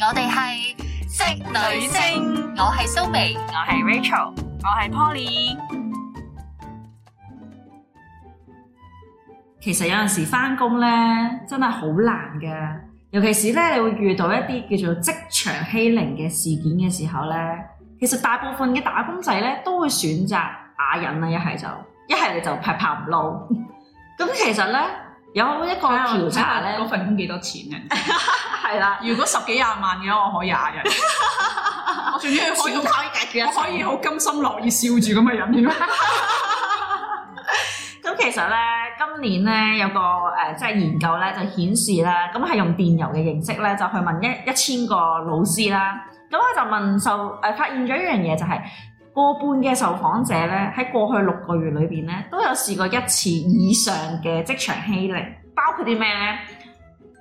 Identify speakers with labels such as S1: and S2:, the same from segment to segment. S1: 我哋係職女聲，
S2: 星，
S1: 我係蘇眉，
S2: 我係 Rachel，我係 Poly。其實有陣時翻工咧，真係好難嘅。尤其是咧，你會遇到一啲叫做職場欺凌嘅事件嘅時候咧，其實大部分嘅打工仔咧都會選擇啞忍啦，一係就一係你就拍拍唔撈。 咁其實咧有一個調查咧，
S3: 嗰份工幾多錢啊？
S2: 係啦，
S3: 如果十幾廿萬嘅話，我可以 啞忍。我仲要可以好
S2: 以解決
S3: 我可以好甘心樂意笑住咁嘅人添。
S2: 咁其實咧，今年咧有個誒、呃即係研究咧，就顯示咧，咁係用電郵嘅形式咧，就去問一一千個老師啦。咁佢就問受誒、呃，發現咗一樣嘢就係、過半嘅受訪者咧，喺過去六個月裏邊咧，都有試過一次以上嘅職場欺凌，包括啲咩咧？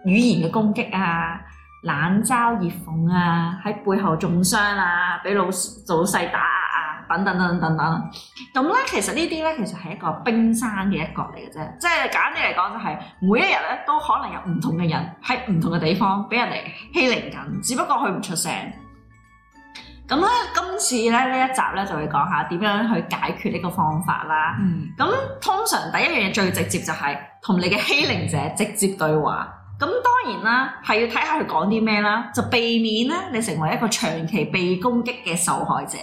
S2: 語言嘅攻擊啊，冷嘲熱諷啊，喺背後中傷啊，俾老師老細打壓啊，等等等等等等。咁咧，其實呢啲咧，其實係一個冰山嘅一角嚟嘅啫。即係簡單啲嚟講，就係每一日咧都可能有唔同嘅人喺唔同嘅地方俾人哋欺凌緊，只不過佢唔出聲。咁咧，今次咧呢一集咧就會講下點樣去解決呢個方法啦。
S3: 嗯，
S2: 咁通常第一樣嘢最直接就係同你嘅欺凌者直接對話。咁當然啦，係要睇下佢講啲咩啦，就避免咧你成為一個長期被攻擊嘅受害者。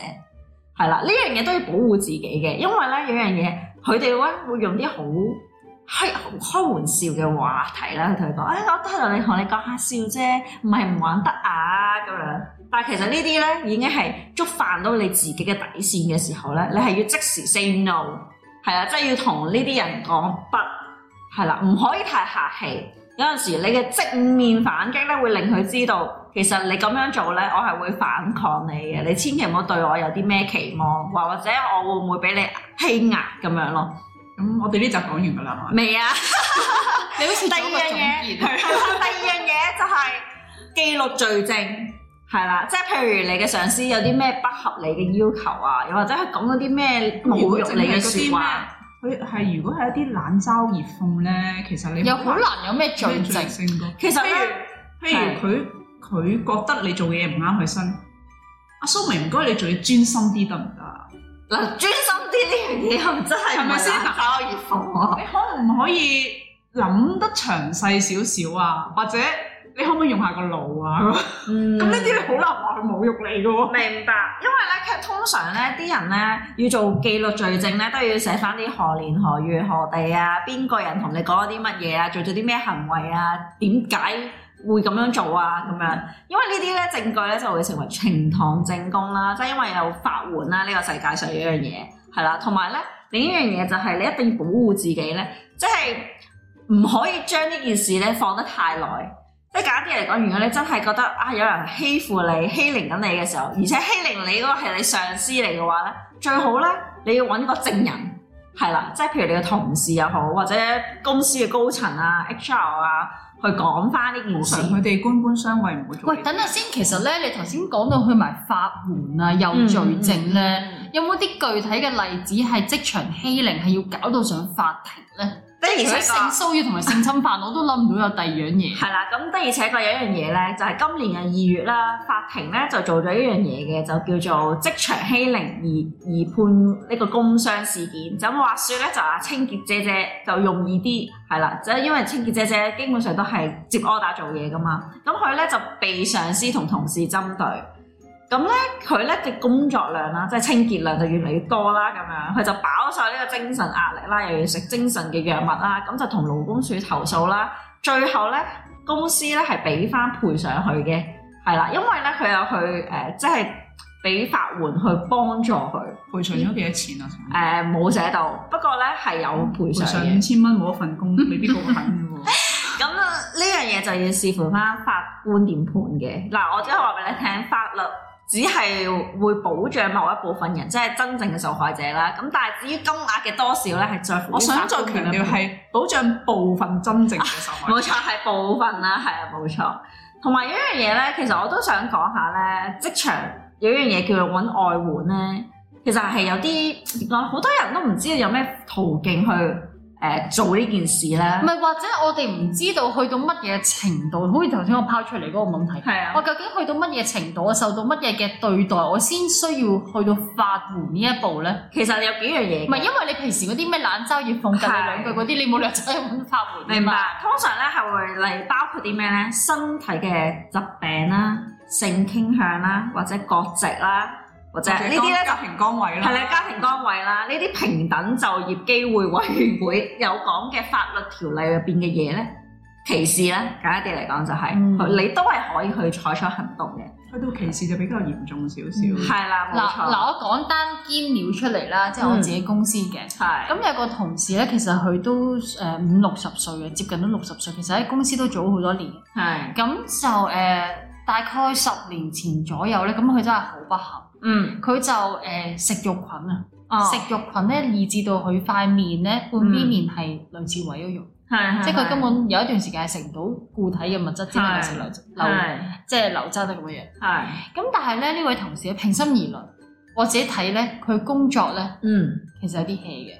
S2: 係啦，呢樣嘢都要保護自己嘅，因為咧有樣嘢佢哋咧會用啲好開開玩笑嘅話題啦，去同佢講，誒、哎我都係同你同你講下笑啫，唔係唔玩得啊咁樣。但係其實呢啲咧已經係觸犯到你自己嘅底線嘅時候咧，你係要即時 say no。係啊，即係要同呢啲人講不，係啦，唔可以太客氣。有陣時你嘅正面反擊咧，會令佢知道其實你咁樣做咧，我係會反抗你嘅。你千祈唔好對我有啲咩期望，或或者我會唔會俾你欺壓咁樣咯？
S3: 咁我哋呢集講完㗎啦，係嘛
S2: 未啊？
S1: 你好似
S2: 第二樣嘢，係啦，第二樣嘢就係記錄罪證，係啦，即係譬如你嘅上司有啲咩不合理嘅要求啊，又或者佢講嗰啲
S3: 啊
S2: 咩侮辱你嘅説話。
S3: 如果淨係嗰啲咩，佢係如果係一啲冷嘲熱諷咧，其實你
S1: 又好難有咩罪
S3: 咩罪
S1: 證，
S3: 證㗎。
S2: 其實
S3: 譬
S2: 咧
S3: 如。譬如佢佢覺得你做嘅嘢唔啱佢身，阿蘇明唔該你仲要專心啲得唔得啊？
S2: 嗱，專心啲呢樣嘢又真係
S3: 係咪先
S2: 冷嘲熱諷啊？
S3: 你可唔可以諗得詳細少少啊？或者你可唔可以用下個腦啊？咁
S2: 嗯
S3: 咁呢啲你好難話佢侮辱你嘅喎。
S2: 明白，因為咧，其實通常咧，啲人咧要做記錄罪證咧，都要寫翻啲何年何月何地啊，邊個人同你講咗啲乜嘢啊，做咗啲咩行為啊，點解會咁樣做啊，咁樣，因為呢啲咧證據咧就會成為呈堂證供啦，即係因為有法援啦，呢、個世界上有一樣嘢係啦，同埋咧另一樣嘢就係你一定要保護自己咧，即係唔可以將呢件事咧放得太耐。即係簡單啲嚟講，如果你真係覺得啊有人欺負你、欺凌緊你嘅時候，而且欺凌你嗰個係你上司嚟嘅話咧，最好咧你要揾個證人，係啦，即係譬如你嘅同事又好，或者公司嘅高層啊、HR 啊，去講翻呢件
S3: 通
S2: 事
S3: 常。佢哋官官相衛唔會做
S1: 喂
S3: 呢，啲。
S1: 等下先，其實咧，你頭先講到去埋法援啊，有
S3: 嗯
S1: 罪證咧，有冇啲具體嘅例子係職場欺凌係要搞到上法庭咧？
S2: 的而
S1: 除咗
S2: 且
S1: 性
S2: 確。
S1: 騷擾同埋性侵犯，我都諗唔到有第二樣嘢。
S2: 係啦，咁的而且確有一樣嘢咧，就係、今年嘅二月啦，法庭咧就做咗一樣嘢嘅，就叫做職場欺凌而而判呢個工傷事件。咁話說咧，就話清潔姐姐就容易啲，係啦，就因為清潔姐姐基本上都係接 order 做嘢噶嘛，咁佢咧就被上司同同事針對。咁咧，佢咧嘅工作量啦，即係清潔量就越嚟越多啦，咁樣佢就飽受呢個精神壓力啦，又要食精神嘅藥物啦，咁就同勞工處投訴啦。最後咧，公司咧係俾翻賠上去嘅，係啦，因為咧佢有去誒、呃即係俾法援去幫助佢，
S3: 賠償咗幾多錢啊？請問
S2: 誒冇寫到，不過咧係有賠
S3: 嗯賠
S2: 償
S3: 償
S2: 嘅
S3: 五。千蚊冇一份工，未必個個肯嘅喎。
S2: 咁啊呢樣嘢就要視乎翻法官點判嘅。嗱，我即係話俾你聽，法律只係會保障某一部分人，即係真正嘅受害者啦。咁但係至於金額嘅多少咧，係在乎於
S3: 我想
S2: 法
S3: 再
S2: 官
S3: 強
S2: 點樣
S3: 調
S2: 判
S3: 係保障部分真正嘅受 害者。
S2: 冇錯，係部分啦，係啊，冇錯。同埋有一樣嘢咧，其實我都想講下咧，職場有一樣嘢叫做揾外嗯援咧，其實係有啲點講，好多人都唔知道有咩途徑去誒、誒做呢件事咧
S1: 唔？係或者我哋唔知道去到乜嘢程度，好似頭先我拋出嚟嗰個問題，
S2: 係啊
S1: 我，究竟去到乜嘢程度，我受到乜嘢嘅對待，我先需要去到法援呢一步咧？
S2: 其實有幾樣嘢嘅。
S1: 唔係因為你平時嗰啲咩冷嘲熱諷、隔你兩句嗰啲，你冇理由走去揾法援㗎
S2: 明
S1: 嘛。
S2: 白，通常咧係會嚟包括啲咩咧？身體嘅疾病啦、性傾向啦，或者國籍啦，或者呢啲咧
S3: 家庭崗位啦，
S2: 係啦，家庭崗位啦，呢啲平等就業機會委員會有講嘅法律條例入邊嘅嘢咧，歧視咧，簡單啲嚟講就係、
S1: 嗯
S2: 你都係可以去採取行動嘅，
S3: 去到歧視就比較嚴重少
S1: 嗯
S3: 少。
S2: 係啦，冇
S1: 嗱
S2: 錯，
S1: 嗱，我講單堅料出嚟啦，即係我自己公司嘅。
S2: 係
S1: 咁有個同事咧，其實佢都誒五六十歲嘅，接近都六十歲，其實喺公司都做好多年。
S2: 係
S1: 咁就誒、呃大概十年前左右咧，咁佢真係好不
S2: 嗯
S1: 幸，佢就誒、呃食肉菌啊，
S2: 哦嗯
S1: 食肉菌咧，以致到佢塊面咧半邊面係類似毀咗肉，
S2: 係
S1: 即係佢根本有一段時間係食唔到固體嘅物質，只能夠食流流
S2: 係
S1: 即係流質啊咁嘅嘢。
S2: 係
S1: 咁但係咧呢位同事平心而論，我自己睇咧佢工作咧
S2: 嗯哦
S1: 其實有啲 hea 嘅，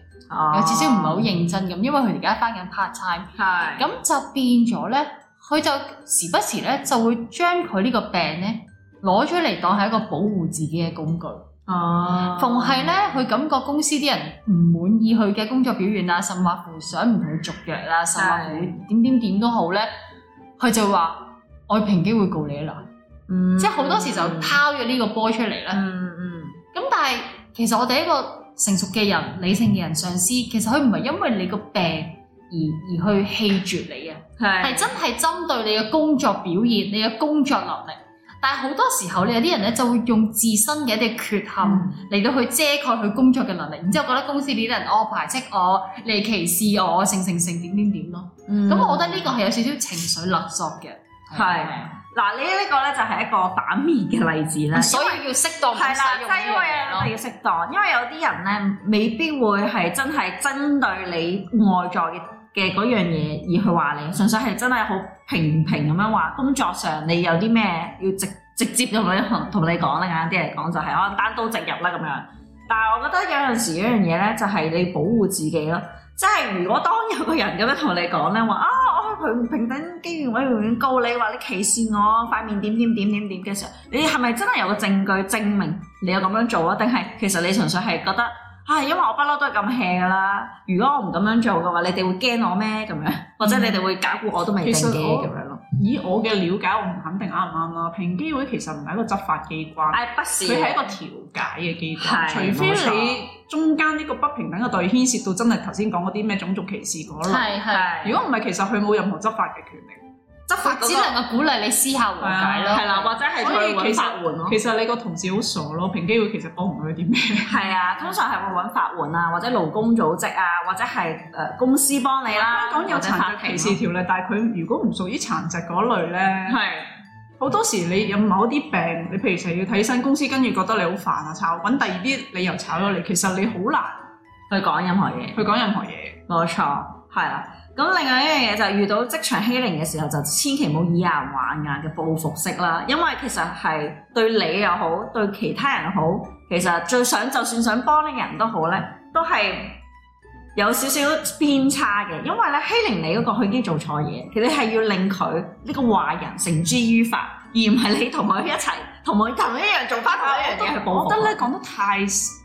S2: 有
S1: 有少少唔係好認真咁，因為佢而家翻緊 part time。
S2: 係
S1: 咁就變咗咧，佢就時不時咧就會將佢呢個病咧攞咗嚟當係一個保護自己嘅工具。
S2: 哦
S1: 逢係咧，佢感覺公司啲人唔滿意佢嘅工作表現啦，甚或乎想唔同佢續約啦，甚或乎點點點都好咧，佢就話我平機會告你啦，
S2: 嗯
S1: 即係好多時就拋咗呢個波出嚟啦。
S2: 嗯嗯
S1: 咁但係其實我哋一個成熟嘅人、理性嘅人、上司，其實佢唔係因為你個病而而去棄絕你嘅。啊係
S2: 係
S1: 真係針對你嘅工作表現、你嘅工作能力。但係好多時候，你有啲人咧就會用自身嘅一啲缺
S2: 嗯
S1: 陷嚟到去遮蓋佢工作嘅能力，然之後覺得公司呢啲人哦排斥我、你歧視我、成成成點點點咯。咁、我覺得呢個係有少少情緒勒索嘅，
S2: 嗯係嗱呢呢個咧就係一個反面嘅例子啦，
S1: 啊所以要適當咁
S2: 係啦，
S1: 使
S2: 即
S1: 用
S2: 係因
S1: 呢樣嘢咯
S2: 為。要適當，因為有啲人咧未必會係真係針對你外在嘅嘅嗰樣嘢而去話你，純粹係真係好平平咁樣話工作上你有啲咩要直直接同你同你講咧，簡單啲嚟講就係可能單刀直入啦咁樣。但係我覺得有陣時一樣嘢咧，就係你保護自己咯。即係如果當有個人咁樣同你講咧，話啊我平平等機會委員會告你話你歧視我塊面點點點點點嘅時候，你係咪真係有個證據證明你有咁樣做啊？定係其實你純粹係覺得啊，因為我不嬲都係咁 hea 噶啦。如果我唔咁樣做嘅話，你哋會驚我咩咁樣？或者你哋會搞估我都未定
S3: 其實
S2: 嘅
S3: 我
S2: 咁樣咯？
S3: 以我嘅了解，我唔肯定啱唔啱啦。平機會其實唔係一個執法機關。
S2: 唉，不是
S3: 佢係一個調解嘅機
S2: 啊係
S3: 關，除非
S2: 冇錯
S3: 你中間呢個不平等嘅對牽涉到真係頭先講嗰啲咩種族歧視嗰類。
S1: 係係，
S2: 係
S3: 如果唔係，其實佢冇任何執法嘅權力。
S2: 執法
S1: 佢
S2: 嗰
S1: 只
S2: 個
S1: 能夠鼓勵你私下和解咯。
S2: 係啦，或者係
S3: 所以
S2: 去揾
S3: 其實
S2: 法援咯。
S3: 其實你個同事好傻咯，平機會其實幫唔到佢啲咩。
S2: 係啊，通常係會揾法援啊，或者勞工組織啊，或者係誒、呃公司幫你啦。
S3: 香啊港有
S2: 或者法
S3: 殘
S2: 庭
S3: 疾
S2: 咯
S3: 歧視條例，但係佢如果唔屬於殘疾嗰類咧，
S2: 係
S3: 好多時你有某啲病，你譬如成日要睇醫生，公司跟住覺得你好煩啊，炒揾第二啲理由炒咗你，其實你好難
S2: 去講任何嘢，
S3: 去講任何嘢。
S2: 冇錯，係啦。咁另外一樣嘢就係遇到職場欺凌嘅時候，就千祈唔好以眼還眼嘅報復式啦，因為其實係對你又好，對其他人好，其實最想就算想幫你嘅人都好咧，都係有少少偏差嘅，因為咧欺凌你嗰個佢已經做錯嘢，其實你係要令佢呢個壞人繩之於法，而唔係你同佢一齊同佢同一樣做翻同一樣嘢去報
S3: 我
S2: 復。
S3: 覺得咧講得太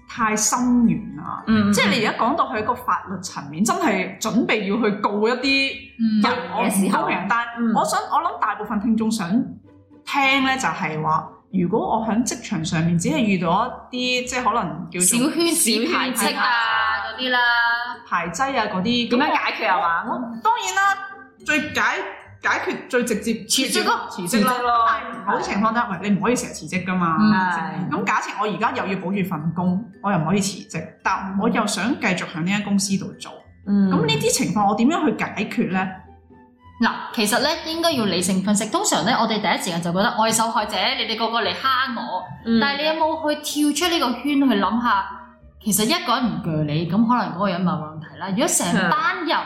S3: 太深遠啦。
S2: 嗯，嗯，
S3: 即係你而家講到佢個法律層面，真係準備要去告一啲
S1: 嗯
S2: 有
S3: 人我唔公平，但
S2: 嗯
S3: 我想我諗大部分聽眾想聽咧就係話，如果我喺職場上面只係遇到一啲即係可能叫
S1: 小
S3: 做
S1: 圈子
S3: 小
S1: 排
S3: 圈
S1: 斥
S3: 子
S1: 啊嗰啲啦，
S3: 排擠啊嗰啲，
S2: 點
S3: 咁
S2: 樣
S3: 我
S2: 解決啊嘛？我
S3: 當然啦，最解解決最直接
S1: 辭職咯
S3: 辭職
S2: 辭職
S3: 啦
S2: 咯。
S3: 但係某啲情況底下，喂你唔可以成日辭職噶嘛。
S1: 嗯
S2: 係
S3: 咁假設我而家又要保住份工，我又唔可以辭職，
S1: 嗯
S3: 但我又想繼續喺呢間公司度做，
S2: 嗯
S3: 咁呢啲情況我點樣去解決咧？
S1: 嗱，其實咧應該要理性分析。通常咧，我哋第一時間就覺得我係受害者，你哋個個嚟蝦我。
S2: 嗯
S1: 但係你有冇去跳出呢個圈去諗下？其實一個人唔鋸你，咁可能嗰個人咪冇問題啦。如果成班人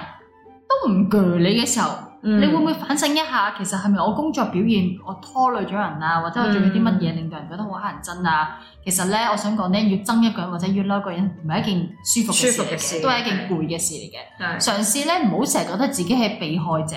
S1: 都唔鋸你嘅時候，
S2: 嗯
S1: 你會唔會反省一下，其實係咪我工作表現我拖累咗人啊，或者我做咗啲乜嘢令到人覺得好乞人憎啊？其實咧，我想講咧，要憎一個人或者要嬲一個人，唔係一件舒服
S2: 舒服嘅
S1: 嘅事嚟
S2: 事
S1: 嘅，都係一件攰嘅事嚟嘅。
S2: 係
S1: 嘗試咧，唔好成日覺得自己係被害者，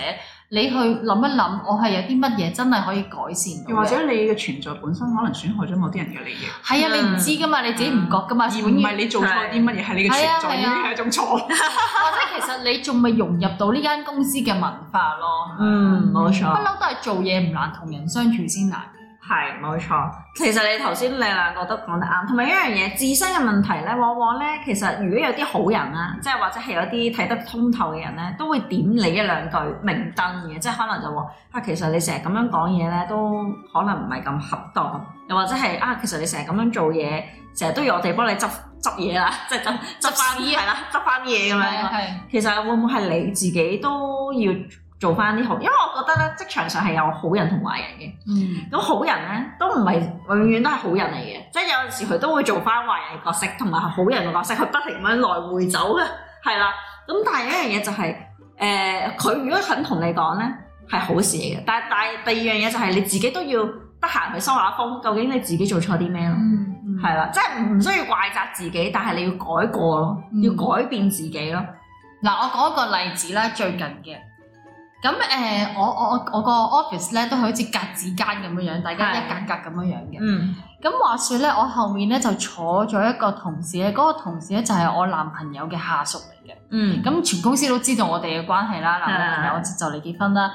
S1: 你去諗一諗，我係有啲乜嘢真係可以改善
S3: 又或
S1: 到嘅。
S3: 者你嘅存在本身可能損害咗某啲人嘅利益，
S1: 係
S2: 嗯
S1: 啊，你唔知噶嘛，你自己唔覺噶嘛，
S3: 而
S1: 永
S3: 唔
S1: 遠
S3: 係你做錯啲乜嘢，係你嘅
S1: 啊
S3: 存在已經係一種錯。
S1: 或者其實你仲未融入到呢間公司嘅文化咯。
S2: 嗯，冇
S1: 不
S2: 錯，
S1: 嬲都係做嘢唔難，同人相處先難。
S2: 係冇錯。其實你頭先你兩個都講得啱，同埋一樣嘢，自身嘅問題咧，往往咧其實如果有啲好人啦，即係或者係有啲睇得通透嘅人咧，都會點你一兩句明燈嘅，即係可能就話啊，其實你成日咁樣講嘢咧，都可能唔係咁恰當，又或者係啊，其實你成日咁樣做嘢，成日都要我哋幫你執執嘢啦，即係執執啊翻係啦，執翻嘢咁樣。
S1: 係
S2: 其實會唔會係你自己都要做翻啲好？因為我覺得咧，職場上係有好人同壞人嘅。
S1: 嗯，
S2: 咁好人咧都唔係永遠都係好人嚟嘅，即係有陣時佢都會做翻壞人嘅角色，同埋好人嘅角色，佢不停咁樣來回走嘅，係啦。咁但係有一樣嘢就係、誒佢、如果肯同你講咧係好事嚟嘅，但係但係第二樣嘢就係你自己都要得閒去收下風，究竟你自己做錯啲咩咯？
S1: 嗯，
S2: 係啦，即係唔需要怪責自己，但係你要改過咯，
S1: 嗯
S2: 要改變自己咯。
S1: 嗱，我講一個例子啦，最近嘅。咁誒、呃我我我我個 office 咧都係好似格子間咁樣樣，大
S2: 係
S1: 家一格格咁樣樣嘅。
S2: 嗯。
S1: 咁話說咧，我後面咧就坐咗一個同事咧，嗰、個同事咧就係我男朋友嘅下屬嚟嘅。
S2: 嗯，
S1: 咁全公司都知道我哋嘅關係啦，男朋友我就嚟結婚啦。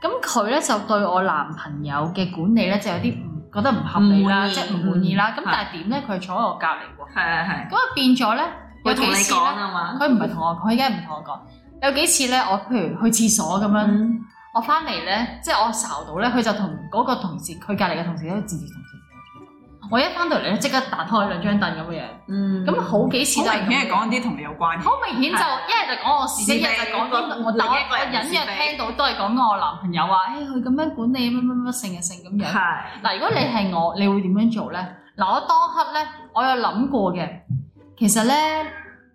S1: 咁佢咧就對我男朋友嘅管理咧就有啲唔覺得唔合理
S2: 唔
S1: 啦，
S2: 滿意
S1: 即係唔滿意啦。咁
S2: 嗯
S1: 但係點咧？佢係坐喺我隔離喎。
S2: 係係係，
S1: 咁啊變咗咧，有
S2: 佢同
S1: 幾
S2: 你
S1: 次
S2: 講
S1: 咧。
S2: 啊嘛，
S1: 佢唔係同我講，佢而家唔同我講。有幾次咧，我譬如去廁所咁樣，
S2: 嗯
S1: 我翻嚟咧，即係我睄到咧，佢就同嗰個同事，佢隔離嘅同事咧，自自同事。我一翻到嚟咧，即刻彈開兩張凳咁嘅樣。
S2: 嗯，
S1: 咁好幾次
S3: 好
S1: 都係咁
S3: 明顯係講啲同你有關嘅。
S1: 好明顯就一係就講我事
S2: 是
S1: 啫，
S2: 非
S1: 一係就講
S2: 嗰個
S1: 我但我
S2: 另一個
S1: 我
S2: 人嘅
S1: 隱約
S2: 是非
S1: 聽到都係講我男朋友話，誒佢咁樣管理乜乜乜成日成咁樣。
S2: 係，
S1: 嗱，如果你係我，你會點樣做咧？嗱，我當刻咧，我有諗過嘅。其實咧，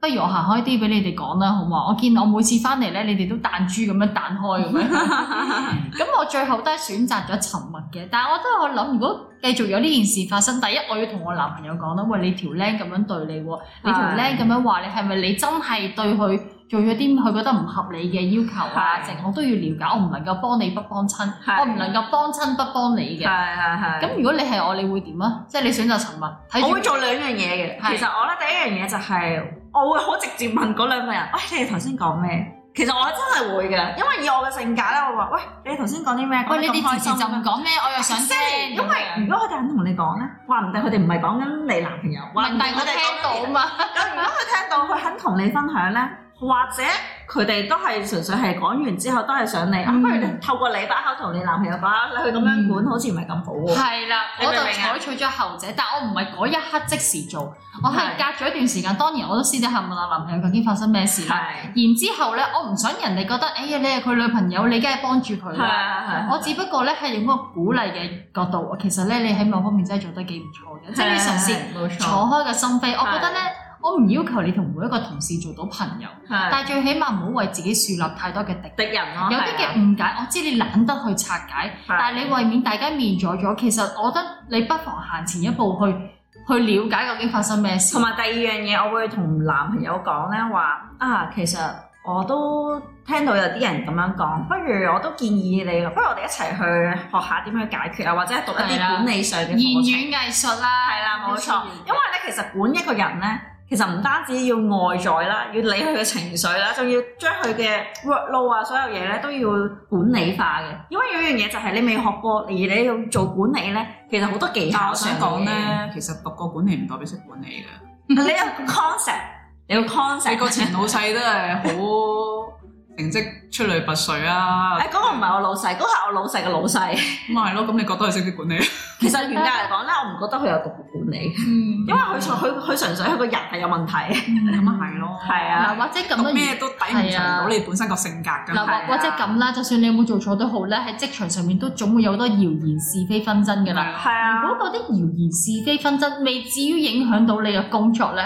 S1: 不如我行開啲俾你哋講啦，好嘛？我見我每次翻嚟咧，你哋都彈珠咁樣彈開咁 樣。咁我最後都係選擇咗沉默嘅。但係我都有諗，如果繼續有呢件事發生，第一我要同我男朋友講啦，喂，你條僆咁樣對你喎，你條僆咁樣話你係咪你真係對佢做咗啲佢覺得唔合理嘅要求啊？
S2: 係
S1: 成我都要了解，我唔能夠幫你不幫親，
S2: 係
S1: 我唔能夠幫親不幫你嘅
S2: 係。係係。
S1: 咁如果你係我，你會點啊？即係你選擇沉默，睇
S2: 我
S1: 住
S2: 會做兩樣嘢
S1: 係
S2: 嘅。其實我咧第一樣嘢就係、我會好直接問嗰兩個人，喂，你哋頭先講咩？其實我真係會嘅，因為以我嘅性格咧，我話，喂，你哋頭先講啲咩？
S1: 喂，你
S2: 講得咁
S1: 哋
S2: 開
S1: 平時
S2: 心
S1: 就唔
S2: 啊
S1: 講咩，我 又想聽。
S2: 因為
S1: 咁樣
S2: 如果佢哋肯同你講咧，話唔定佢哋唔係講緊你男朋友，
S1: 唔
S2: 話唔
S1: 係，
S2: 定
S1: 但係
S2: 佢
S1: 我
S2: 哋講緊
S1: 聽
S2: 你
S1: 到啊嘛，
S2: 咁如果佢聽到佢肯同你分享咧，或者佢哋都係純粹係講完之後都係想你，啊
S1: 嗯
S2: 不如你透過你把口同你男朋友講啊，你去咁樣管好似唔係咁好喎。
S1: 係啦，我
S2: 你
S1: 就
S2: 明唔明啊
S1: 採取咗後者，但我唔係嗰一刻即時做，我係
S2: 係
S1: 隔咗一段時間。當然我都私底下問我男朋友究竟發生咩事啦。
S2: 係
S1: 然之後咧，我唔想人哋覺得，哎呀，你係佢女朋友，你梗係幫住佢
S2: 係
S1: 啦。
S2: 係
S1: 我只不過咧係用一個鼓勵嘅角度，其實咧你喺某方面真係做得幾唔錯嘅，即係你嘗試
S2: 冇錯
S1: 坐開個心扉。我覺得咧，我唔要求你同每一個同事做到朋友。
S2: 係
S1: 但係最起碼唔好為自己樹立太多嘅敵。
S2: 敵人咯，
S1: 有啲
S2: 係
S1: 嘅
S2: 啊啊
S1: 誤解，我知你懶得去拆解，但係你為免大家面阻咗，其實我覺得你不妨行前一步去去了解究竟發生咩事
S2: 同。埋第二樣嘢，我會同男朋友講咧話啊，其實我都聽到有啲人咁樣講，不如我都建議你，不如我哋一齊去學下點去解決啊，或者讀一
S1: 係
S2: 啲
S1: 啦
S2: 管理上嘅
S1: 言
S2: 課程。
S1: 語藝術啦，
S2: 係啦，冇錯。因
S1: 因
S2: 為咧，其實管一個人咧，其實唔單止要外在啦，要理佢嘅情緒啦，仲要將佢嘅 workload 啊，所有嘢咧都要管理化嘅。因為有一樣嘢就係你未學過，而你要做管理咧，其實好多技
S3: 但
S2: 巧
S3: 我想
S2: 上
S3: 講
S2: 嘅嘢，
S3: 咧，其實讀過管理唔代表識管理嘅。
S2: 你有個 concept，你有個 concept，
S3: 你個前老細都係好 成績出類拔萃啊
S2: 誒，嗰個唔係我老細，嗰個係我老細嘅老細。
S3: 咁咪係咯，咁你覺得佢識唔識管理？
S2: 其實嚴格嚟講咧，我唔覺得佢有個管理，
S1: 嗯
S2: 因為佢純佢佢純粹佢個人係有問題。
S3: 咁啊係咯，
S2: 係啊
S1: 嗱，或者咁
S3: 讀
S1: 樣啊
S3: 咩都抵唔上到你本身個性格㗎啊
S1: 嗱，
S3: 嘛。
S1: 或或者咁啦，就算你有冇做錯都好咧，喺職場上面都總會有好多謠言是非紛爭㗎啦。
S3: 係
S2: 係
S3: 啊
S2: 啊
S1: 如果嗰啲謠言是非紛爭未至於影響到你嘅工作咧，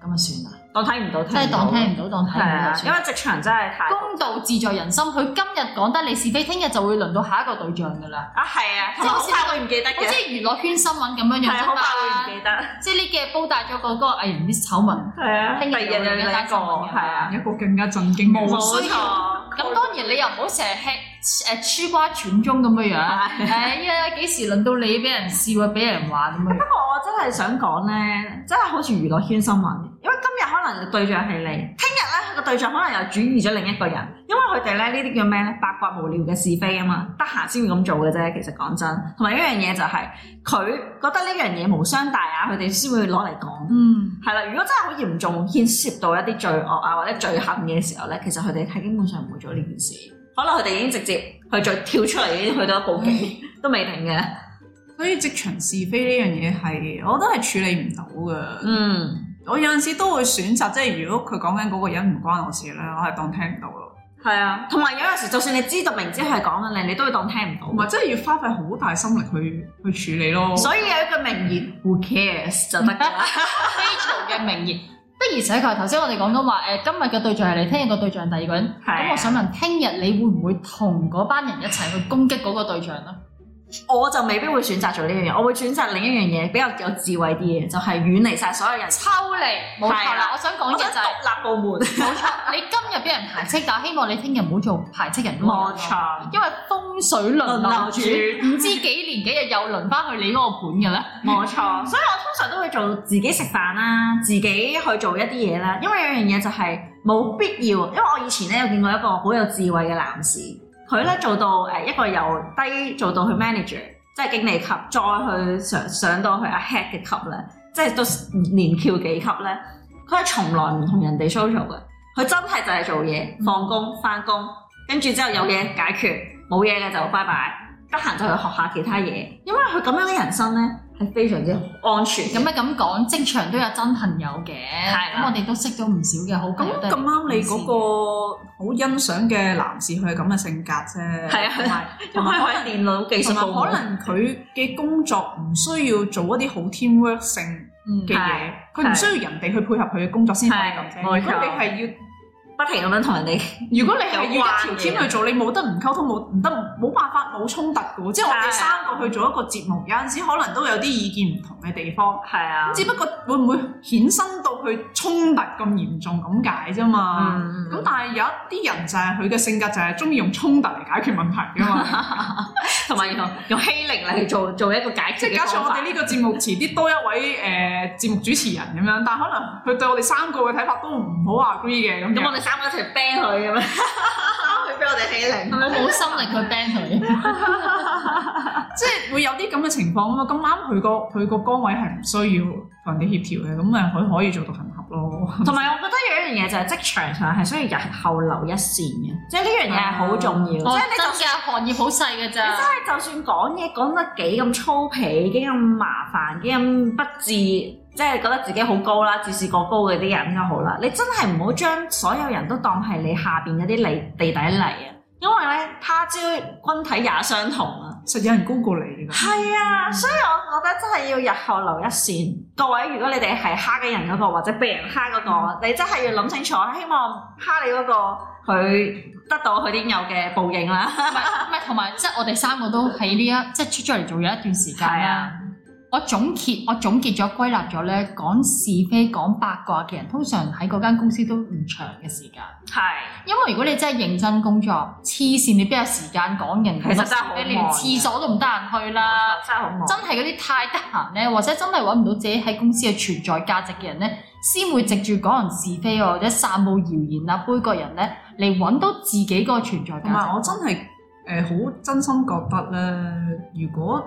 S1: 咁啊算啦。
S2: 當睇唔到，
S1: 真係當
S2: 唔
S1: 聽唔到，當睇唔
S2: 到。係啊，因
S1: 到。
S2: 為職場真係太
S1: 公道自在人心，佢今日講得你是非，聽日就會輪到下一個對象㗎啦。
S2: 啊係啊，同埋
S1: 即係好
S2: 好
S1: 似
S2: 快會唔記得
S1: 好似
S2: 嘅，
S1: 娛樂圈新聞咁樣
S2: 係
S1: 樣
S2: 啊
S1: 啫
S2: 好快
S1: 嘛
S2: 會唔記得，
S1: 即係呢幾日煲大咗嗰個藝人啲醜聞。
S2: 係啊，
S1: 聽
S2: 第
S1: 日
S2: 二日
S1: 有
S2: 又
S1: 另
S2: 另
S1: 一
S2: 一
S1: 單
S2: 個
S1: 新聞
S2: 係啊，
S3: 一個更加震驚嘅
S1: 冇
S2: 冇
S1: 需要
S2: 錯，
S1: 咁當然你又唔好成日吃誒吃瓜傳中咁樣樣。
S2: 係啊
S1: 哎呀，幾時輪到你俾人笑啊，俾人話咁樣樣？
S2: 不過我真係想講咧，真係好似娛樂圈新聞，因為今日可能對象係你，聽日咧個對象可能又轉移咗另一個人，因為佢哋咧呢啲叫咩咧八卦無聊嘅是非啊嘛，得閒先會咁做嘅啫。其實講真，同埋一樣嘢就係、佢覺得呢樣嘢無傷大雅，佢哋先會攞嚟講。
S1: 嗯，
S2: 係啦，如果真係好嚴重牽涉到一啲罪惡啊或者罪行嘅時候咧，其實佢哋係基本上唔會做呢件事，可能佢哋已經直接去再跳出嚟，已經去到報警都未定嘅。
S3: 所以職場是非呢樣嘢係，我覺得係處理唔到嘅。
S2: 嗯，
S3: 我有陣時都會選擇，即係如果佢講緊嗰個人唔關我事咧，我係當聽唔到咯。
S2: 係啊，同埋有陣時，就算你知道明知佢係講緊你，你都會當聽
S3: 同
S2: 唔
S3: 埋真係要花費好大心力去去處理咯。
S2: 到。所以有一句名言，Who cares 就得㗎啦。
S1: 非常嘅名言。的而且確，頭先我哋講緊話誒，今日嘅對象係你，聽日個對象係第二個人。
S2: 係啊
S1: 咁我想問，聽日你會唔會同嗰班人一齊去攻擊嗰個對象咧？
S2: 我就未必會選擇做呢樣嘢，我會選擇另一樣嘢比較有智慧啲嘅，就係遠離晒所有人。
S1: 抽離，冇錯
S2: 係
S1: 啦
S2: 啊。
S1: 我想
S2: 我
S1: 講嘅
S2: 想
S1: 就係、
S2: 獨立部門，
S1: 冇錯，你今日俾人排斥，但希望你聽日唔好做排斥人嗰個人咯
S2: 冇錯，
S1: 因為風水輪流
S2: 輪流
S1: 轉，唔知幾年幾日又輪翻去你嗰個盤嘅咧。
S2: 冇錯。所以我通常都會做自己食飯啦，自己去做一啲嘢啦。因為有樣嘢就係冇必要，因為我以前咧有見過一個好有智慧嘅男士，佢咧做到呃誒一個由低做到去 manager，即係經理級，再去上上到去阿 head 嘅級咧，即係都連翹幾級咧。佢係從來唔同人哋 social 嘅，佢真係就係做嘢、放工、翻工，跟住之後有嘢解決，冇嘢嘅就拜拜，得閒就去學下其他嘢。因為佢咁樣嘅人生咧係非常之安全
S1: 咁
S2: 嘅。
S1: 啊咁講，職場都有真朋友
S2: 係
S1: 嘅，
S2: 啦
S1: 咁我哋都識咗唔少嘅好朋
S3: 咁
S1: 友都係
S3: 咁啱你嗰個好欣賞嘅男士，佢係咁嘅性格啫。
S2: 係啊
S3: 同埋
S2: 因為佢係電腦技術
S3: 同
S2: 部
S3: 埋
S2: 門，
S3: 可能佢嘅工作唔需要做一啲好 teamwork 性
S1: 嗯
S3: 嘅嘢，佢唔
S2: 係
S3: 需要人哋去配合佢嘅工作先可以咁啫。
S2: 係冇錯不停
S3: 如果你係要
S2: 咁樣同人哋
S3: 如果你係要一
S2: 有關
S3: 條
S2: 嘅
S3: team 去做，你冇得唔溝通，冇唔得冇辦法冇衝突嘅喎。即係我哋
S2: 係
S3: 三個去做一個節目，有陣時可能都有啲意見唔同嘅地方，
S2: 係啊
S3: 只不過會唔會衍生到去衝突咁嚴重咁解啫嘛？
S2: 嗯
S3: 咁、但係有一啲人就係佢嘅性格就係中意用衝突嚟解決問題 㗎嘛。
S2: 同埋用用欺凌嚟做做一個解
S3: 即
S2: 決
S3: 係
S2: 嘅
S3: 假設
S2: 方
S3: 我
S2: 法
S3: 哋呢個節目遲啲多一位誒、呃、節目主持人咁樣，但係可能佢對我哋三個嘅睇法都唔好 agree 嘅咁
S2: 咁
S3: 樣
S2: 我。哋三個一齊 ban 佢咁樣，佢俾我哋欺凌
S1: 係。咪好心力去 ban 佢？
S3: 即係會有啲咁嘅情況啊嘛。咁啱佢個佢個崗位係唔需要同人哋協調嘅，咁咪佢可以做到行合咯。
S2: 同埋我覺得有一樣嘢就係職場上係需要日後留一線嘅，即係呢樣嘢係好重要。即
S1: 我
S2: 係你
S1: 哦真嘅行業好細嘅
S2: 你真
S1: 咋，
S2: 係就算講嘢講得幾咁粗鄙、幾咁麻煩、幾咁不智，即係覺得自己好高啦、自視過高嘅啲人都好啦，你真係唔好將所有人都當係你下邊嗰啲泥地底泥啊！因為咧，他朝君體也相同啊。
S3: 實有人高過你㗎。
S2: 係啊，所以我覺得真係要日後留一線。各位，如果你哋係蝦嘅人嗰、個，或者被人蝦嗰、個，你真係要諗清楚。希望蝦你嗰、個佢得到佢應有嘅報應啦。
S1: 唔係唔係，同埋即係我哋三個都喺呢一即係出咗嚟做嘢一段時間
S2: 係
S1: 啦
S2: 啊。
S1: 我總結我總結咗歸納咗咧，講是非講八卦嘅人，通常喺嗰間公司都唔長嘅時間。
S2: 係
S1: 因為如果你真係認真工作，黐線你邊有時間講人？
S2: 其實真係好忙嘅
S1: 你連廁所都唔得閒去啦。
S2: 啦，真係好忙。
S1: 真係嗰啲太得閒咧，或者真係揾唔到自己喺公司嘅存在價值嘅人咧，先會藉住講人是非啊，或者散佈謠言啊、杯葛人咧，嚟揾到自己嗰個存在
S2: 啊
S3: 同埋
S1: 價值。
S3: 我真係誒好真心覺得咧，如果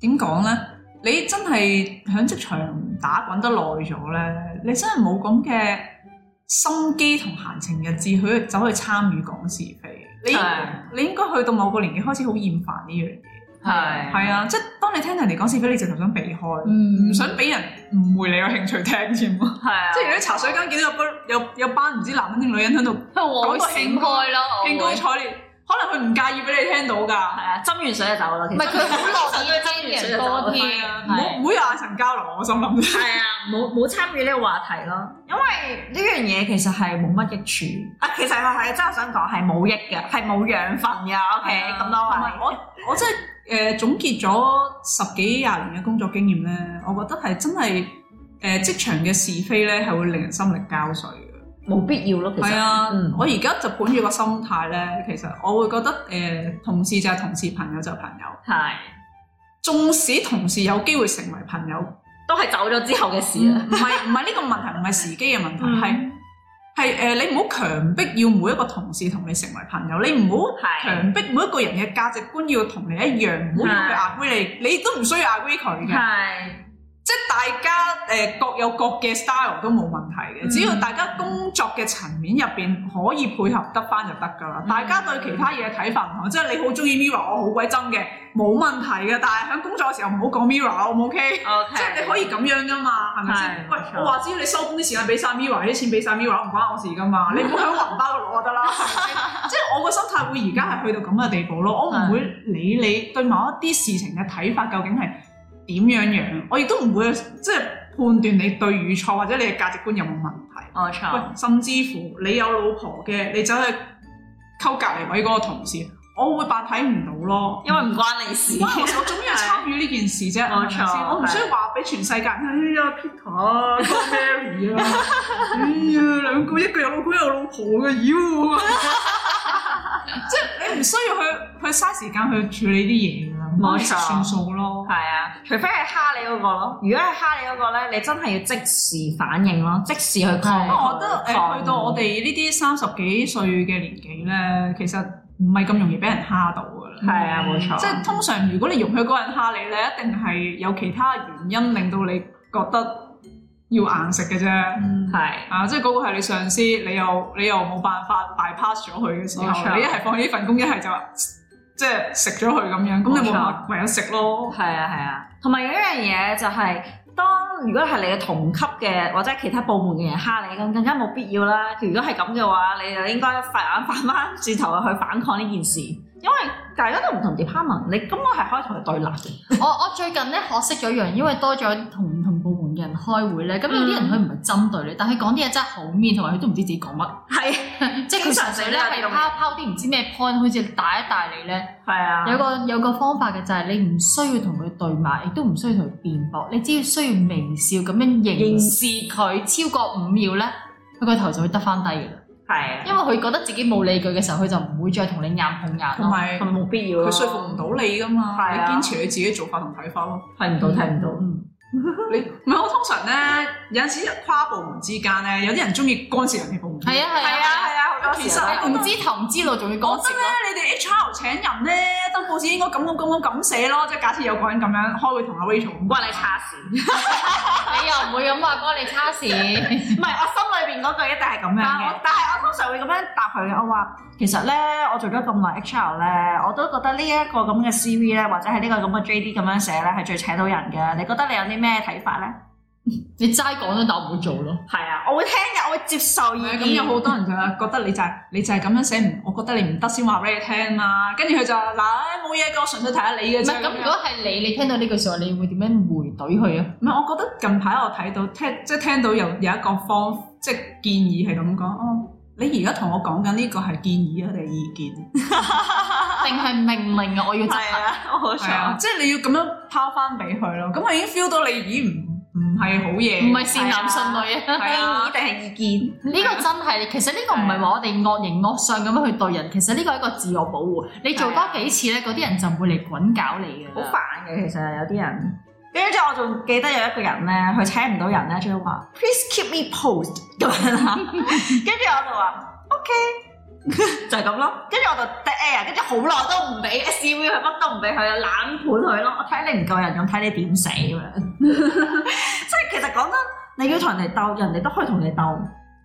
S3: 點講咧，你真係喺職場打滾得耐咗咧，你真係冇咁嘅心機同閒情逸致去走去參與講是非。你
S2: 係
S3: 你應該去到某個年紀開始好厭煩呢樣嘢。
S2: 係
S3: 係啊，即係當你聽人哋講是非，你直頭想避開。
S1: 嗯
S3: 唔想俾人誤會你有興趣聽添咯。
S2: 係啊，
S3: 即係如果茶水間見到有班有有班唔知男人定女人喺度
S1: 我會
S3: 講到興
S1: 閃開咯，我會
S3: 興高采烈，可能佢唔介意俾你聽到㗎。
S2: 係啊，斟完水就走啦。
S1: 唔
S2: 唔
S1: 係佢好樂意
S2: 斟完
S1: 聽
S2: 水就
S1: 人
S2: 走啦
S1: 多
S3: 係
S1: 啲。
S3: 啊，唔好唔好有眼神交流，我心諗。
S2: 係啊，冇冇參與呢個話題咯，因為呢樣嘢其實係冇乜益處。啊，其實係係真係想講係冇益嘅，係冇養分嘅。OK，咁多
S3: 同埋
S2: 位。
S3: 我 我真係誒總結咗十幾廿年嘅工作經驗咧，我覺得係真係誒職場嘅是非咧係會令人心力交瘁嘅。
S2: 冇必要咯，其實
S3: 係啊，
S2: 嗯
S3: 我而家就本住個心態咧，其實我會覺得誒、呃同事就係同事，朋友就係朋友。
S2: 係
S3: 縱使同事有機會成為朋友，
S2: 都係走咗之後嘅事啦。
S3: 嗯唔係唔係呢個問題，唔係時機嘅問題，
S2: 啊嗯
S3: 係係誒你唔好強迫要每一個同事同你成為朋友，你唔好
S2: 嗯係
S3: 強迫每一個人嘅價值觀要同你一樣，唔好要佢
S2: 係
S3: agree 你，你都唔需要 agree 佢嘅。
S2: 係
S3: 即係大家誒、呃各有各嘅 style 都冇問題
S2: 嗯
S3: 嘅，只要大家工作嘅層面入邊可以配合得翻就得㗎啦。
S2: 嗯
S3: 大家對其他嘢嘅睇法唔同，即係你好中意 Mirror，我好鬼憎嘅，冇問題嘅。但係喺工作嘅時候唔好講 Mirror，好唔好 OK？
S2: ，OK，
S3: 即係你可以咁樣㗎嘛，係咪先？
S2: 係
S3: 喂
S2: 冇，錯
S3: 我話只要你收工啲時間俾晒 Mirror，啲錢俾晒 Mirror，唔關我事㗎嘛。
S2: 嗯
S3: 你唔好喺我銀包度攞就 得啦，係咪先？即係我個心態會而家係去到咁嘅地步咯，我唔會理你對某一啲事情嘅睇法究竟係點樣樣，我亦都唔會即係判斷你對與錯或者你嘅價值觀有冇問題。
S2: 冇錯。
S3: 喂，甚至乎你有老婆嘅，你走去溝隔離位嗰個同事，我會扮睇唔到咯，
S2: 嗯因為唔關你事。
S3: 哇！我我做 咩要參與呢件事啫？
S2: 冇錯
S3: 係咪先我唔需要話俾全世界人聽。哎呀，Peter 啊，Tom Mary 啊，哎呀，兩個一個有老公，一個有老婆嘅，妖 啊！即係你唔需要去去嘥時間去處理啲嘢㗎啦，
S2: 冇錯
S3: 算數咯。
S2: 係啊，除非係蝦你嗰個咯。如果係蝦你嗰個咧，你真係要即時反應咯，即時去抗
S1: 係
S3: 不過哦我覺得誒，去到我哋呢啲三十幾歲嘅年紀咧，其實唔係咁容易俾人蝦到㗎啦。
S2: 係啊，冇錯。
S3: 即係通常，如果你容許嗰人蝦你咧，一定係有其他原因令到你覺得要硬食嘅啫。
S2: 嗯係
S3: 啊，即係嗰個係你上司，你又你又冇辦法 bypass 咗佢嘅時
S2: 冇錯
S3: 候，你一係放棄呢份工，一係就話即係食咗佢咁樣，咁你冇辦法唯有食咯。
S2: 係啊係啊。同埋有一樣嘢就係、當如果係你嘅同級嘅或者其他部門嘅人蝦你，咁更加冇必要啦。如果係咁嘅話，你就應該反反翻轉頭去反抗呢件事，因為大家都唔同 department，你根本係可以同佢對立嘅。
S1: 我我最近咧學識咗一樣，因為多咗同唔同部門嘅人開會咧，咁有啲人佢唔係針對你，但係佢講啲嘢真係好面，同埋佢都唔知自己講乜，
S2: 係
S1: 即係佢純粹咧係拋拋啲唔知咩 point，好似打一打你咧。
S2: 係啊，
S1: 有個有個方法嘅就係你唔需要同佢對罵，亦都唔需要同佢辯駁，你只要需要微笑咁樣凝視佢超過五秒咧，佢個頭就會得翻低嘅啦。
S2: 係啊，
S1: 因為佢覺得自己冇理據嘅時候，佢就唔會再同你硬碰硬
S3: 同
S1: 咯。
S3: 埋
S2: 咁冇必要咯。
S3: 佢說服唔到你噶嘛，
S2: 係
S3: 你
S2: 啊
S3: 堅持你自己做法同睇法咯。
S2: 睇唔到睇唔到。
S1: 嗯
S3: 你唔係我通常咧有陣時跨部門之間咧，有啲人中意干涉人哋部門。
S1: 係啊係啊係
S2: 啊，
S1: 啊，
S2: 好
S3: 其實我
S1: 唔知頭唔知路，仲要
S3: 講
S1: 講
S3: 真
S2: 啊
S3: 咧，你哋 HR 請人咧，登報紙應該咁咁咁咁咁寫咯，即係假設有個人咁樣開會同阿 Rachel
S2: 唔
S3: 唔
S2: 關你叉事。
S1: 你又哎唔會咁話關你差事， 係
S2: 唔係，我心裏邊嗰句一定係咁樣
S1: 但
S2: 嘅
S1: 我。
S2: 但啊係我通常會咁樣答佢嘅，我話其實咧，我做咗咁耐 HR 咧，我都覺得呢一個咁嘅 CV 咧，或者係呢個咁嘅 JD 咁樣寫咧，係最請到人嘅。你覺得你有啲咩睇法咧？
S1: 你齋講咗，但我唔會做咯。
S2: 係啊，我會聽嘅，我會接受意
S3: 係
S2: 見。
S1: 嗯
S3: 咁有好多人就係覺得你就係、你就係咁樣寫唔，我覺得你唔得先話俾你聽嘛。啊跟住佢就話嗱哎冇嘢嘅，我純粹睇下你嘅
S1: 唔
S3: 啫。
S1: 係咁，如
S3: 樣
S1: 果係你，你聽到呢句説話，你會點樣回懟佢 啊？
S3: 唔係，我覺得近排我睇到聽即係聽到有有一個方即係建議係咁講哦。你而家同我講緊呢個係建議啊定係意見？
S1: 定係命令啊？我要執
S2: 係
S1: 行。
S2: 啊，我好
S3: 係啊，
S2: 想。
S3: 即係你要咁樣拋翻俾佢咯。咁我已經 feel 到你已經唔唔係好嘢，
S1: 唔係善男信女啊！
S3: 係啊
S2: 建議定係意見？
S1: 呢個真係，其實呢個唔係話我哋惡形惡相咁樣去對人，其實呢個係一個自我保護。你做多幾次咧，嗰啲人就唔會嚟滾搞你嘅
S2: 啊好
S1: 啦。
S2: 煩嘅，其實有啲人。跟住之後，我仲記得有一個人咧，佢請唔到人咧，仲要話 please keep me post 咁樣啦。 跟住我就話 OK，就 係咁咯。跟住我就 dead air，跟住好耐都唔俾 SUV 佢，乜都唔俾佢，冷盤佢咯。我睇你唔夠人用，睇你點死咁 樣。即係其實講真，你要同人哋鬥，人哋都可以同你鬥。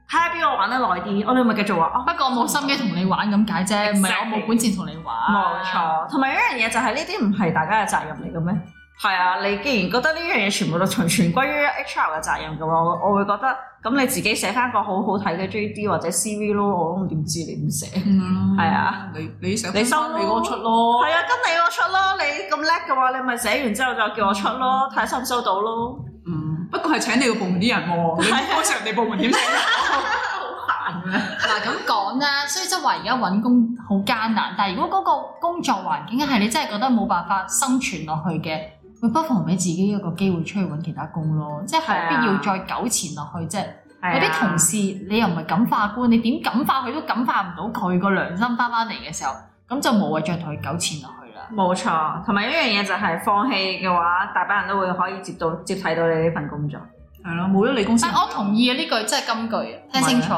S2: 睇下邊個玩得耐啲，我哋咪繼續話哦。
S1: 不過我冇心機同你玩咁解啫，唔係
S2: Exactly
S1: 我冇本錢同你玩。
S2: 冇。錯，同埋有一樣嘢就係呢啲唔係大家嘅責任嚟嘅咩？係啊，你既然覺得呢樣嘢全部都全全歸於 HR 嘅責任嘅話，我我會覺得咁你自己寫翻個好好睇嘅 JD 或者 CV 咯，我都點知你點 寫？
S3: 咁
S1: 嗯
S3: 樣咯
S2: 係啊，
S3: 你你想
S2: 你
S3: 你
S2: 收咯
S3: 你嗰個出咯
S2: 係，啊，咁你我出咯，你咁叻嘅話，你咪寫完之後就叫我出咯，睇下收唔收到 咯。
S3: 嗯，不過係請你個部門啲人喎，你唔幫襯人哋部門點請？
S2: 啊好煩啊！
S1: 嗱咁講啦，雖則話而家揾工好艱難，但係如果嗰個工作環境係你真係覺得冇辦法生存落去嘅，咪不妨俾自己一個機會出去揾其他工咯，即係啊何必要再糾纏落去啫？有啲同事你又唔係感化官，你點感化佢都感化唔到佢個良心翻翻嚟嘅時候，咁就無謂再同佢糾纏落去啦。
S2: 冇錯，同埋一樣嘢就係放棄嘅話，大把人都會可以接到接替到你呢份工作。
S3: 係咯，冇咗你公司
S1: 但，我同意啊，呢句真係 金句啊，聽清楚，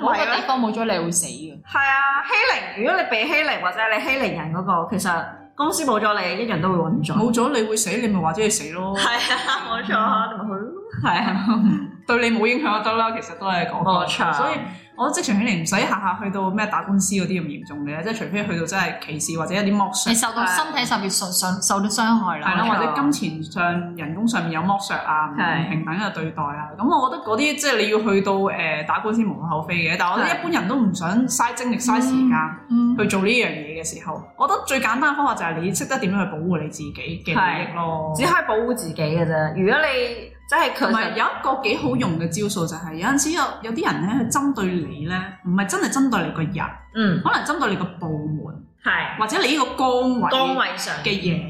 S1: 冇
S2: 係
S1: 個
S2: 啊
S1: 地方冇咗你會死嘅。
S2: 係啊，欺凌，如果你被欺凌或者你欺凌人嗰、個，其實公司冇咗你，一樣都會揾唔咗。
S3: 冇咗你會死，你咪話咗你死咯，
S2: 係啊，冇錯，你咪去咯。係啊，
S3: 對你冇影響就得啦。其實都係講
S2: 冇錯
S3: 所以我職場起嚟唔使下下去到咩打官司嗰啲咁嚴重嘅，即係除非去到真係歧視或者有啲剝削
S1: 你。啊受到身體上面受受受到傷害
S3: 係啦，
S1: 啦，
S2: 冇錯
S3: 或者金錢上、人工上面有剝削啊，唔
S2: 係
S3: 平等嘅對待啊，咁我覺得嗰啲即係你要去到誒、呃打官司無可厚非嘅，但係我覺得
S2: 係
S3: 一般人都唔想嘥精力、嘥時間
S1: 嗯
S3: 去做呢樣嘢嘅時候，我覺得最簡單嘅方法就係你識得點樣去保護你自己嘅利益咯。
S2: 只可以保護自己嘅啫。如果你即係佢
S3: 同埋有一個幾好用嘅招數就係、有陣時有有啲人咧，佢針對你咧，唔係真係針對你個人，
S2: 嗯
S3: 可能針對你個部門
S2: 係
S3: 或者你呢個崗位
S2: 崗位嗯上
S3: 嘅嘢。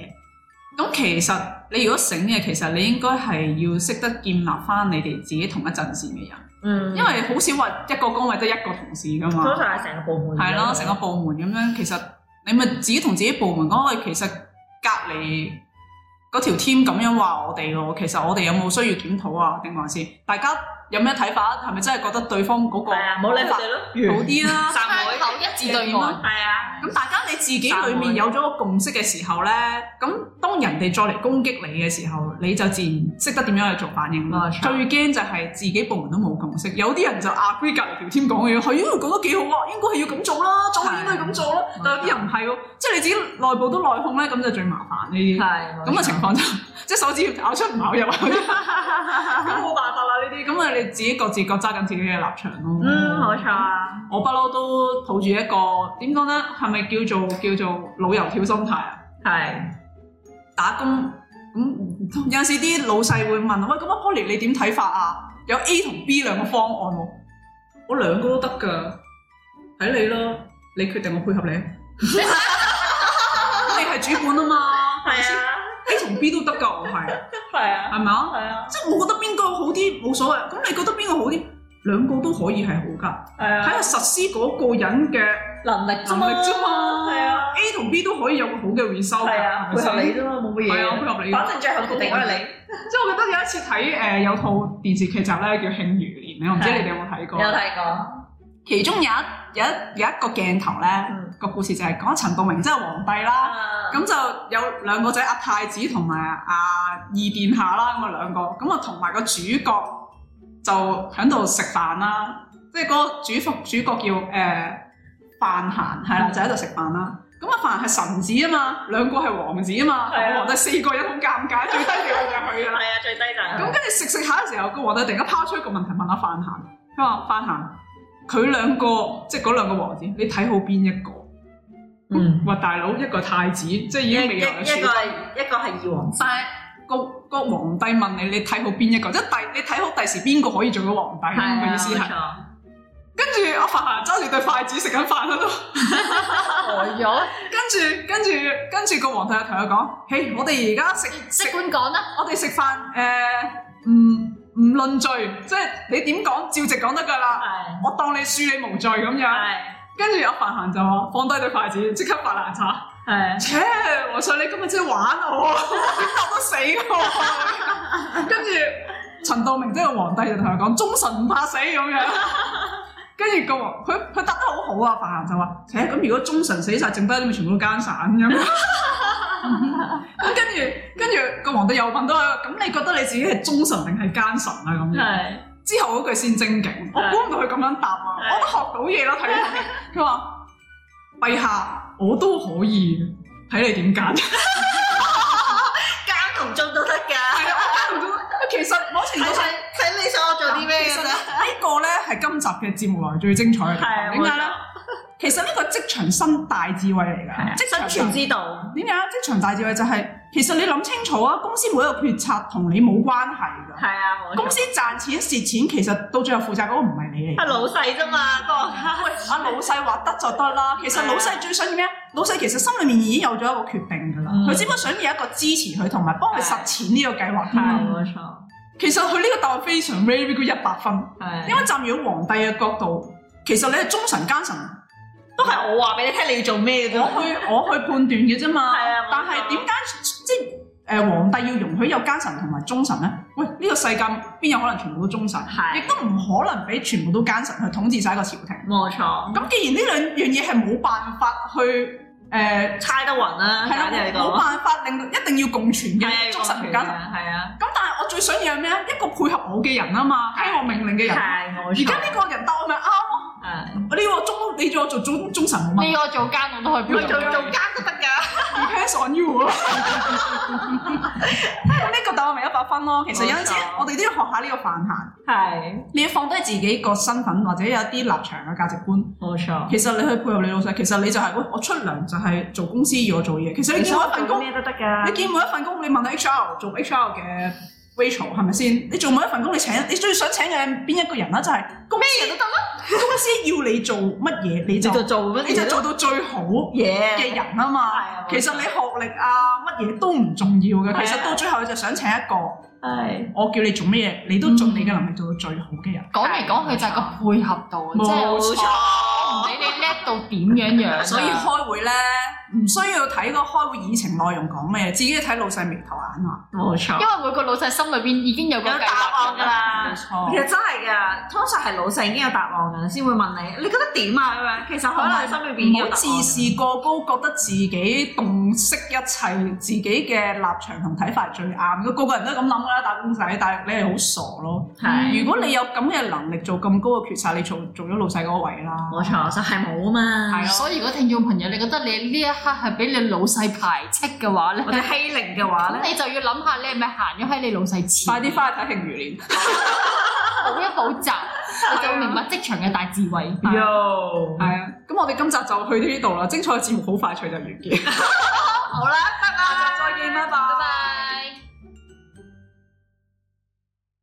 S3: 咁其實你如果醒嘅，其實你應該係要識得建立翻你哋自己同一陣線嘅人，
S2: 嗯，
S3: 因為好少話一個崗位得一個同事噶
S2: 通
S3: 嘛，
S2: 常係成個部門
S3: 係咯，成個部門咁樣，其實你咪自己同自己部門講，喂，其實隔離嗰條 team 咁樣話我哋喎，其實我哋有冇需要檢討啊？定還是大家有咩睇法？係咪真係覺得對方嗰個
S2: 係啊，冇理佢哋咯，
S3: 好啲啊啦？
S2: 散
S1: 窗口一致對外。
S2: 係啊，
S3: 咁大家你自己裏面有咗個共識嘅時候咧，咁當人哋再嚟攻擊你嘅時候，你就自然識得點樣去做反應啦
S2: 冇。錯
S3: 最驚就係自己部門都冇共識，有啲人就 agree 隔離條 team 講嘅嘢，係啊，講得幾好啊，應該係要咁做啦，總係應該係咁做啦
S2: 冇錯。
S3: 但有啲人唔係喎，即係你自己內部都內訌咧，咁就最麻煩呢啲。
S2: 係
S3: 咁嘅情況就 即係手指咬出唔咬入啊，咁冇辦法啦呢啲。咁啊，你自己各自各揸緊自己嘅立場咯。
S2: 嗯，冇錯啊，
S3: 我不嬲都抱住一個點講咧，係咪叫做叫做老油條心態啊？
S2: 係
S3: 打工咁、有陣時啲老細會問：喂，咁阿 Poly 你點睇法啊？有 A 同 B 兩個方案喎，我兩個都得㗎，睇你咯，你決定我配合你。 你係主管啊嘛，咪
S2: 係
S3: 先
S2: 啊，
S3: ，A 同 B 都得㗎，我係
S2: 係啊，
S3: 係咪啊？
S2: 係啊，
S3: 即係我覺得邊個好啲冇所謂，咁你覺得邊個好啲？兩個都可以係好㗎，
S2: 係
S3: 睇
S2: 啊，
S3: 下實施嗰個人嘅。
S2: 能力
S3: 能力啫嘛，
S2: 係啊，
S3: 啊，A 同 B 都可以有個好嘅 result 㗎
S2: 係啊，
S3: 係
S2: 配
S3: 咪
S2: 合你
S3: 先？
S2: 啫嘛，冇乜
S3: 係啊，配
S2: 嘢，
S3: 合你。
S2: 反正最後決定都係你，
S3: 即係我記得有一次睇誒、呃有套電視劇集咧叫《慶餘年》，我唔知
S2: 係
S3: 你哋有冇睇過
S2: 有。睇過，
S3: 其中有一有一有一個鏡頭咧，
S2: 嗯，
S3: 個故事就係講陳道明即係皇帝啦。
S2: 咁
S3: 咁就有兩個仔阿太子同埋阿二殿下啦，咁啊兩個，咁啊同埋個主角就喺度食飯啦，即係嗰個主角主角叫誒、呃、范閒，係啦，
S2: 嗯
S3: 就喺度食飯啦。咁啊范閒係臣子啊嘛，兩個係王子啊嘛，
S2: 係啊
S3: 皇帝四個人好尷尬，最低調就係佢㗎啦。
S2: 係啊，最低就
S3: 咁
S2: 係
S3: 跟住食食下嘅時候，個皇帝突然間拋出一個問題問阿范閒，佢話范閒，佢兩個即係嗰兩個王子，你睇好邊一個？
S2: 嗯，
S3: 話大佬一個太子，即係已
S2: 一
S3: 經
S2: 一
S3: 未
S2: 一
S3: 來嘅處
S2: 個係一個係二王子，
S3: 但係個個皇帝問你，你睇好邊一個？即係第你睇好第時邊個可以做到皇帝？
S2: 啊
S3: 佢意思係。
S2: 係
S3: 跟住阿范閒揸住對筷子食緊飯喺度，
S1: 呆咗，
S3: 跟住跟住跟住個皇帝就同佢講：，嘿，我哋而家食食
S1: 即管講啦，
S3: 我哋食飯誒，唔唔論罪，即係你點講照直講得㗎啦。我當你恕你無罪咁樣。
S2: 係
S3: 跟住阿范閒就話：放低對筷子，即刻發爛渣。
S2: 係。
S3: 切，皇上你今日真係玩我，點答都死我。跟住陳道明即係個皇帝就同佢講：忠臣唔怕死咁樣。跟住個皇佢佢答得好好啊，范閒就話：切，咁如果忠臣死晒，剩低啲咪全部都奸散咁樣。咁跟住跟住個皇帝又問多佢：咁你覺得你自己係忠臣定係奸臣啊？咁樣。
S2: 係
S3: 之後嗰句先正經，我估唔到佢咁樣答啊！
S2: 係
S3: 我都學到嘢咯，睇呢 套戲。佢話：陛下，我都可以，睇你點揀。
S2: 奸同
S3: 啊其實某程度上
S2: 睇你想我做啲咩
S3: 其實
S2: 嘅
S3: 呢
S2: 啫。
S3: 呢個咧係今集嘅節目內最精彩嘅地
S2: 係啊
S3: 方。點解咧？？其實呢個職場新大智慧嚟㗎，
S2: 即
S3: 職
S2: 生啊
S3: 場
S2: 存之道。
S3: 點解啊？職場大智慧就係、其實你諗清楚啊，公司每一個決策同你冇關係㗎。
S2: 係啊，冇錯
S3: 公司賺錢蝕錢，其實到最後負責嗰個唔係你嚟㗎。
S2: 係老細啫嘛，嗰個
S3: 啊老細話得就得啦。其
S2: 啊
S3: 實老細最想要咩？老細其實心裏面已經有咗一個決定㗎啦，
S2: 嗯
S3: 佢只不過想要一個支持佢同埋幫佢實踐呢個計劃。
S2: 係啊冇錯，
S3: 其實佢呢個答案非常 very good 一百分，
S2: 係
S3: 因為站住皇帝嘅角度，其實你係忠臣奸臣，
S2: 都係我話俾你聽你要做咩嘅啫
S3: 我
S2: 嘛。
S3: 去我去判斷嘅啫嘛
S2: 啊係啊冇錯。
S3: 但係點解即係誒皇帝要容許有奸臣同埋忠臣咧？喂，呢個世界邊有可能全部都忠臣？
S2: 係
S3: 亦都唔可能俾全部都奸臣去統治晒一個朝廷。
S2: 冇錯，
S3: 咁既然呢兩樣嘢係冇辦法去誒，
S2: 猜得暈啦，
S3: 係啦、
S2: 簡直係
S3: 冇
S2: 講。
S3: 辦法令到一定要共存
S2: 係啊
S3: 嘅忠臣同奸臣。
S2: 係啊，
S3: 咁但係我最想要係咩啊咧？一個配合我嘅人啊嘛，聽我命令嘅人。
S2: 係冇
S3: 而
S2: 錯
S3: 家，呢個人答我咪啱咯，
S2: 係
S3: 你要我忠，你要我做忠忠臣冇問題
S1: 你我做奸我都可以配合
S2: 做做奸都得㗎，
S3: ，depends on you 喎。咁呢個答案咪一百分咯。其實有陣時
S2: 冇錯
S3: 我哋都要學下呢個範閒，
S2: 係
S3: 你要放低自己個身份或者有一啲立場嘅價值觀。
S2: 冇錯。
S3: 其實你去配合你老細，其實你就係、喂，我出糧就係做公司要我做嘢。其實你見每一份工，
S2: 咩都啊得
S3: 你
S2: 㗎，
S3: 見每一份工，你問下 HR 做 HR 嘅 Rachel 係咪先？你做每一份工，你請你最想請嘅邊一個人啦？就係、公咩人都得啦。 公司要你做乜嘢，你
S2: 你
S3: 就
S2: 就做乜
S3: 你就做到最好
S2: 嘢。
S3: 嘅人啊嘛。
S2: 啊
S3: 其實你學歷啊乜嘢都唔重要
S2: 係啊
S3: 嘅，其實到最後就想請一個
S2: 係
S3: 我叫你做乜嘢，你都
S2: 嗯
S3: 盡你嘅能力做到最好嘅人。
S1: 講嚟講去就係個配合度，即係
S3: 冇
S1: 我唔理你叻到點樣啊樣，
S3: 啊所以
S2: 啊
S3: 開會咧，唔需要睇個開會議程內容講咩，自己睇老細眉頭眼啊話。
S2: 冇錯。
S1: 因為每個老細心裏邊已經有個
S2: 有
S1: 計劃
S2: 答案㗎啊啦
S3: 冇。
S2: 其
S3: 錯，
S2: 實真係㗎，通常係老細已經有答案㗎，先會問你，你覺得點啊？咁樣其實可能你心裏邊已經
S3: 哦唔
S2: 有
S3: 好
S2: 答案
S3: 自
S2: 㗎
S3: 視過高，覺得自己洞悉一切，自己嘅立場同睇法係最啱。個個人都係咁諗㗎啦，打工仔，但係你係好傻咯。
S2: 係
S3: 如果你有咁嘅能力做咁高嘅決策，你做做咗老細嗰個位啦。
S2: 冇錯，就係冇啊嘛。
S3: 係咯
S1: 所以如果聽眾朋友你覺得你呢一刻係俾你老細排斥嘅話咧
S2: 我，哋欺凌嘅話
S1: 咁
S2: 咧，
S1: 你就要諗下你係咪行咗喺你老細
S3: 快
S1: 前，
S3: 啲翻去睇《慶餘年》。
S1: 補一補習，你就會明白職場嘅大智慧。
S2: Yo，
S3: 係啊，咁我哋今集就去到呢度啦，精彩嘅節目好快脆就完結。
S2: 好啦，得啦，
S3: 下集再見，拜拜。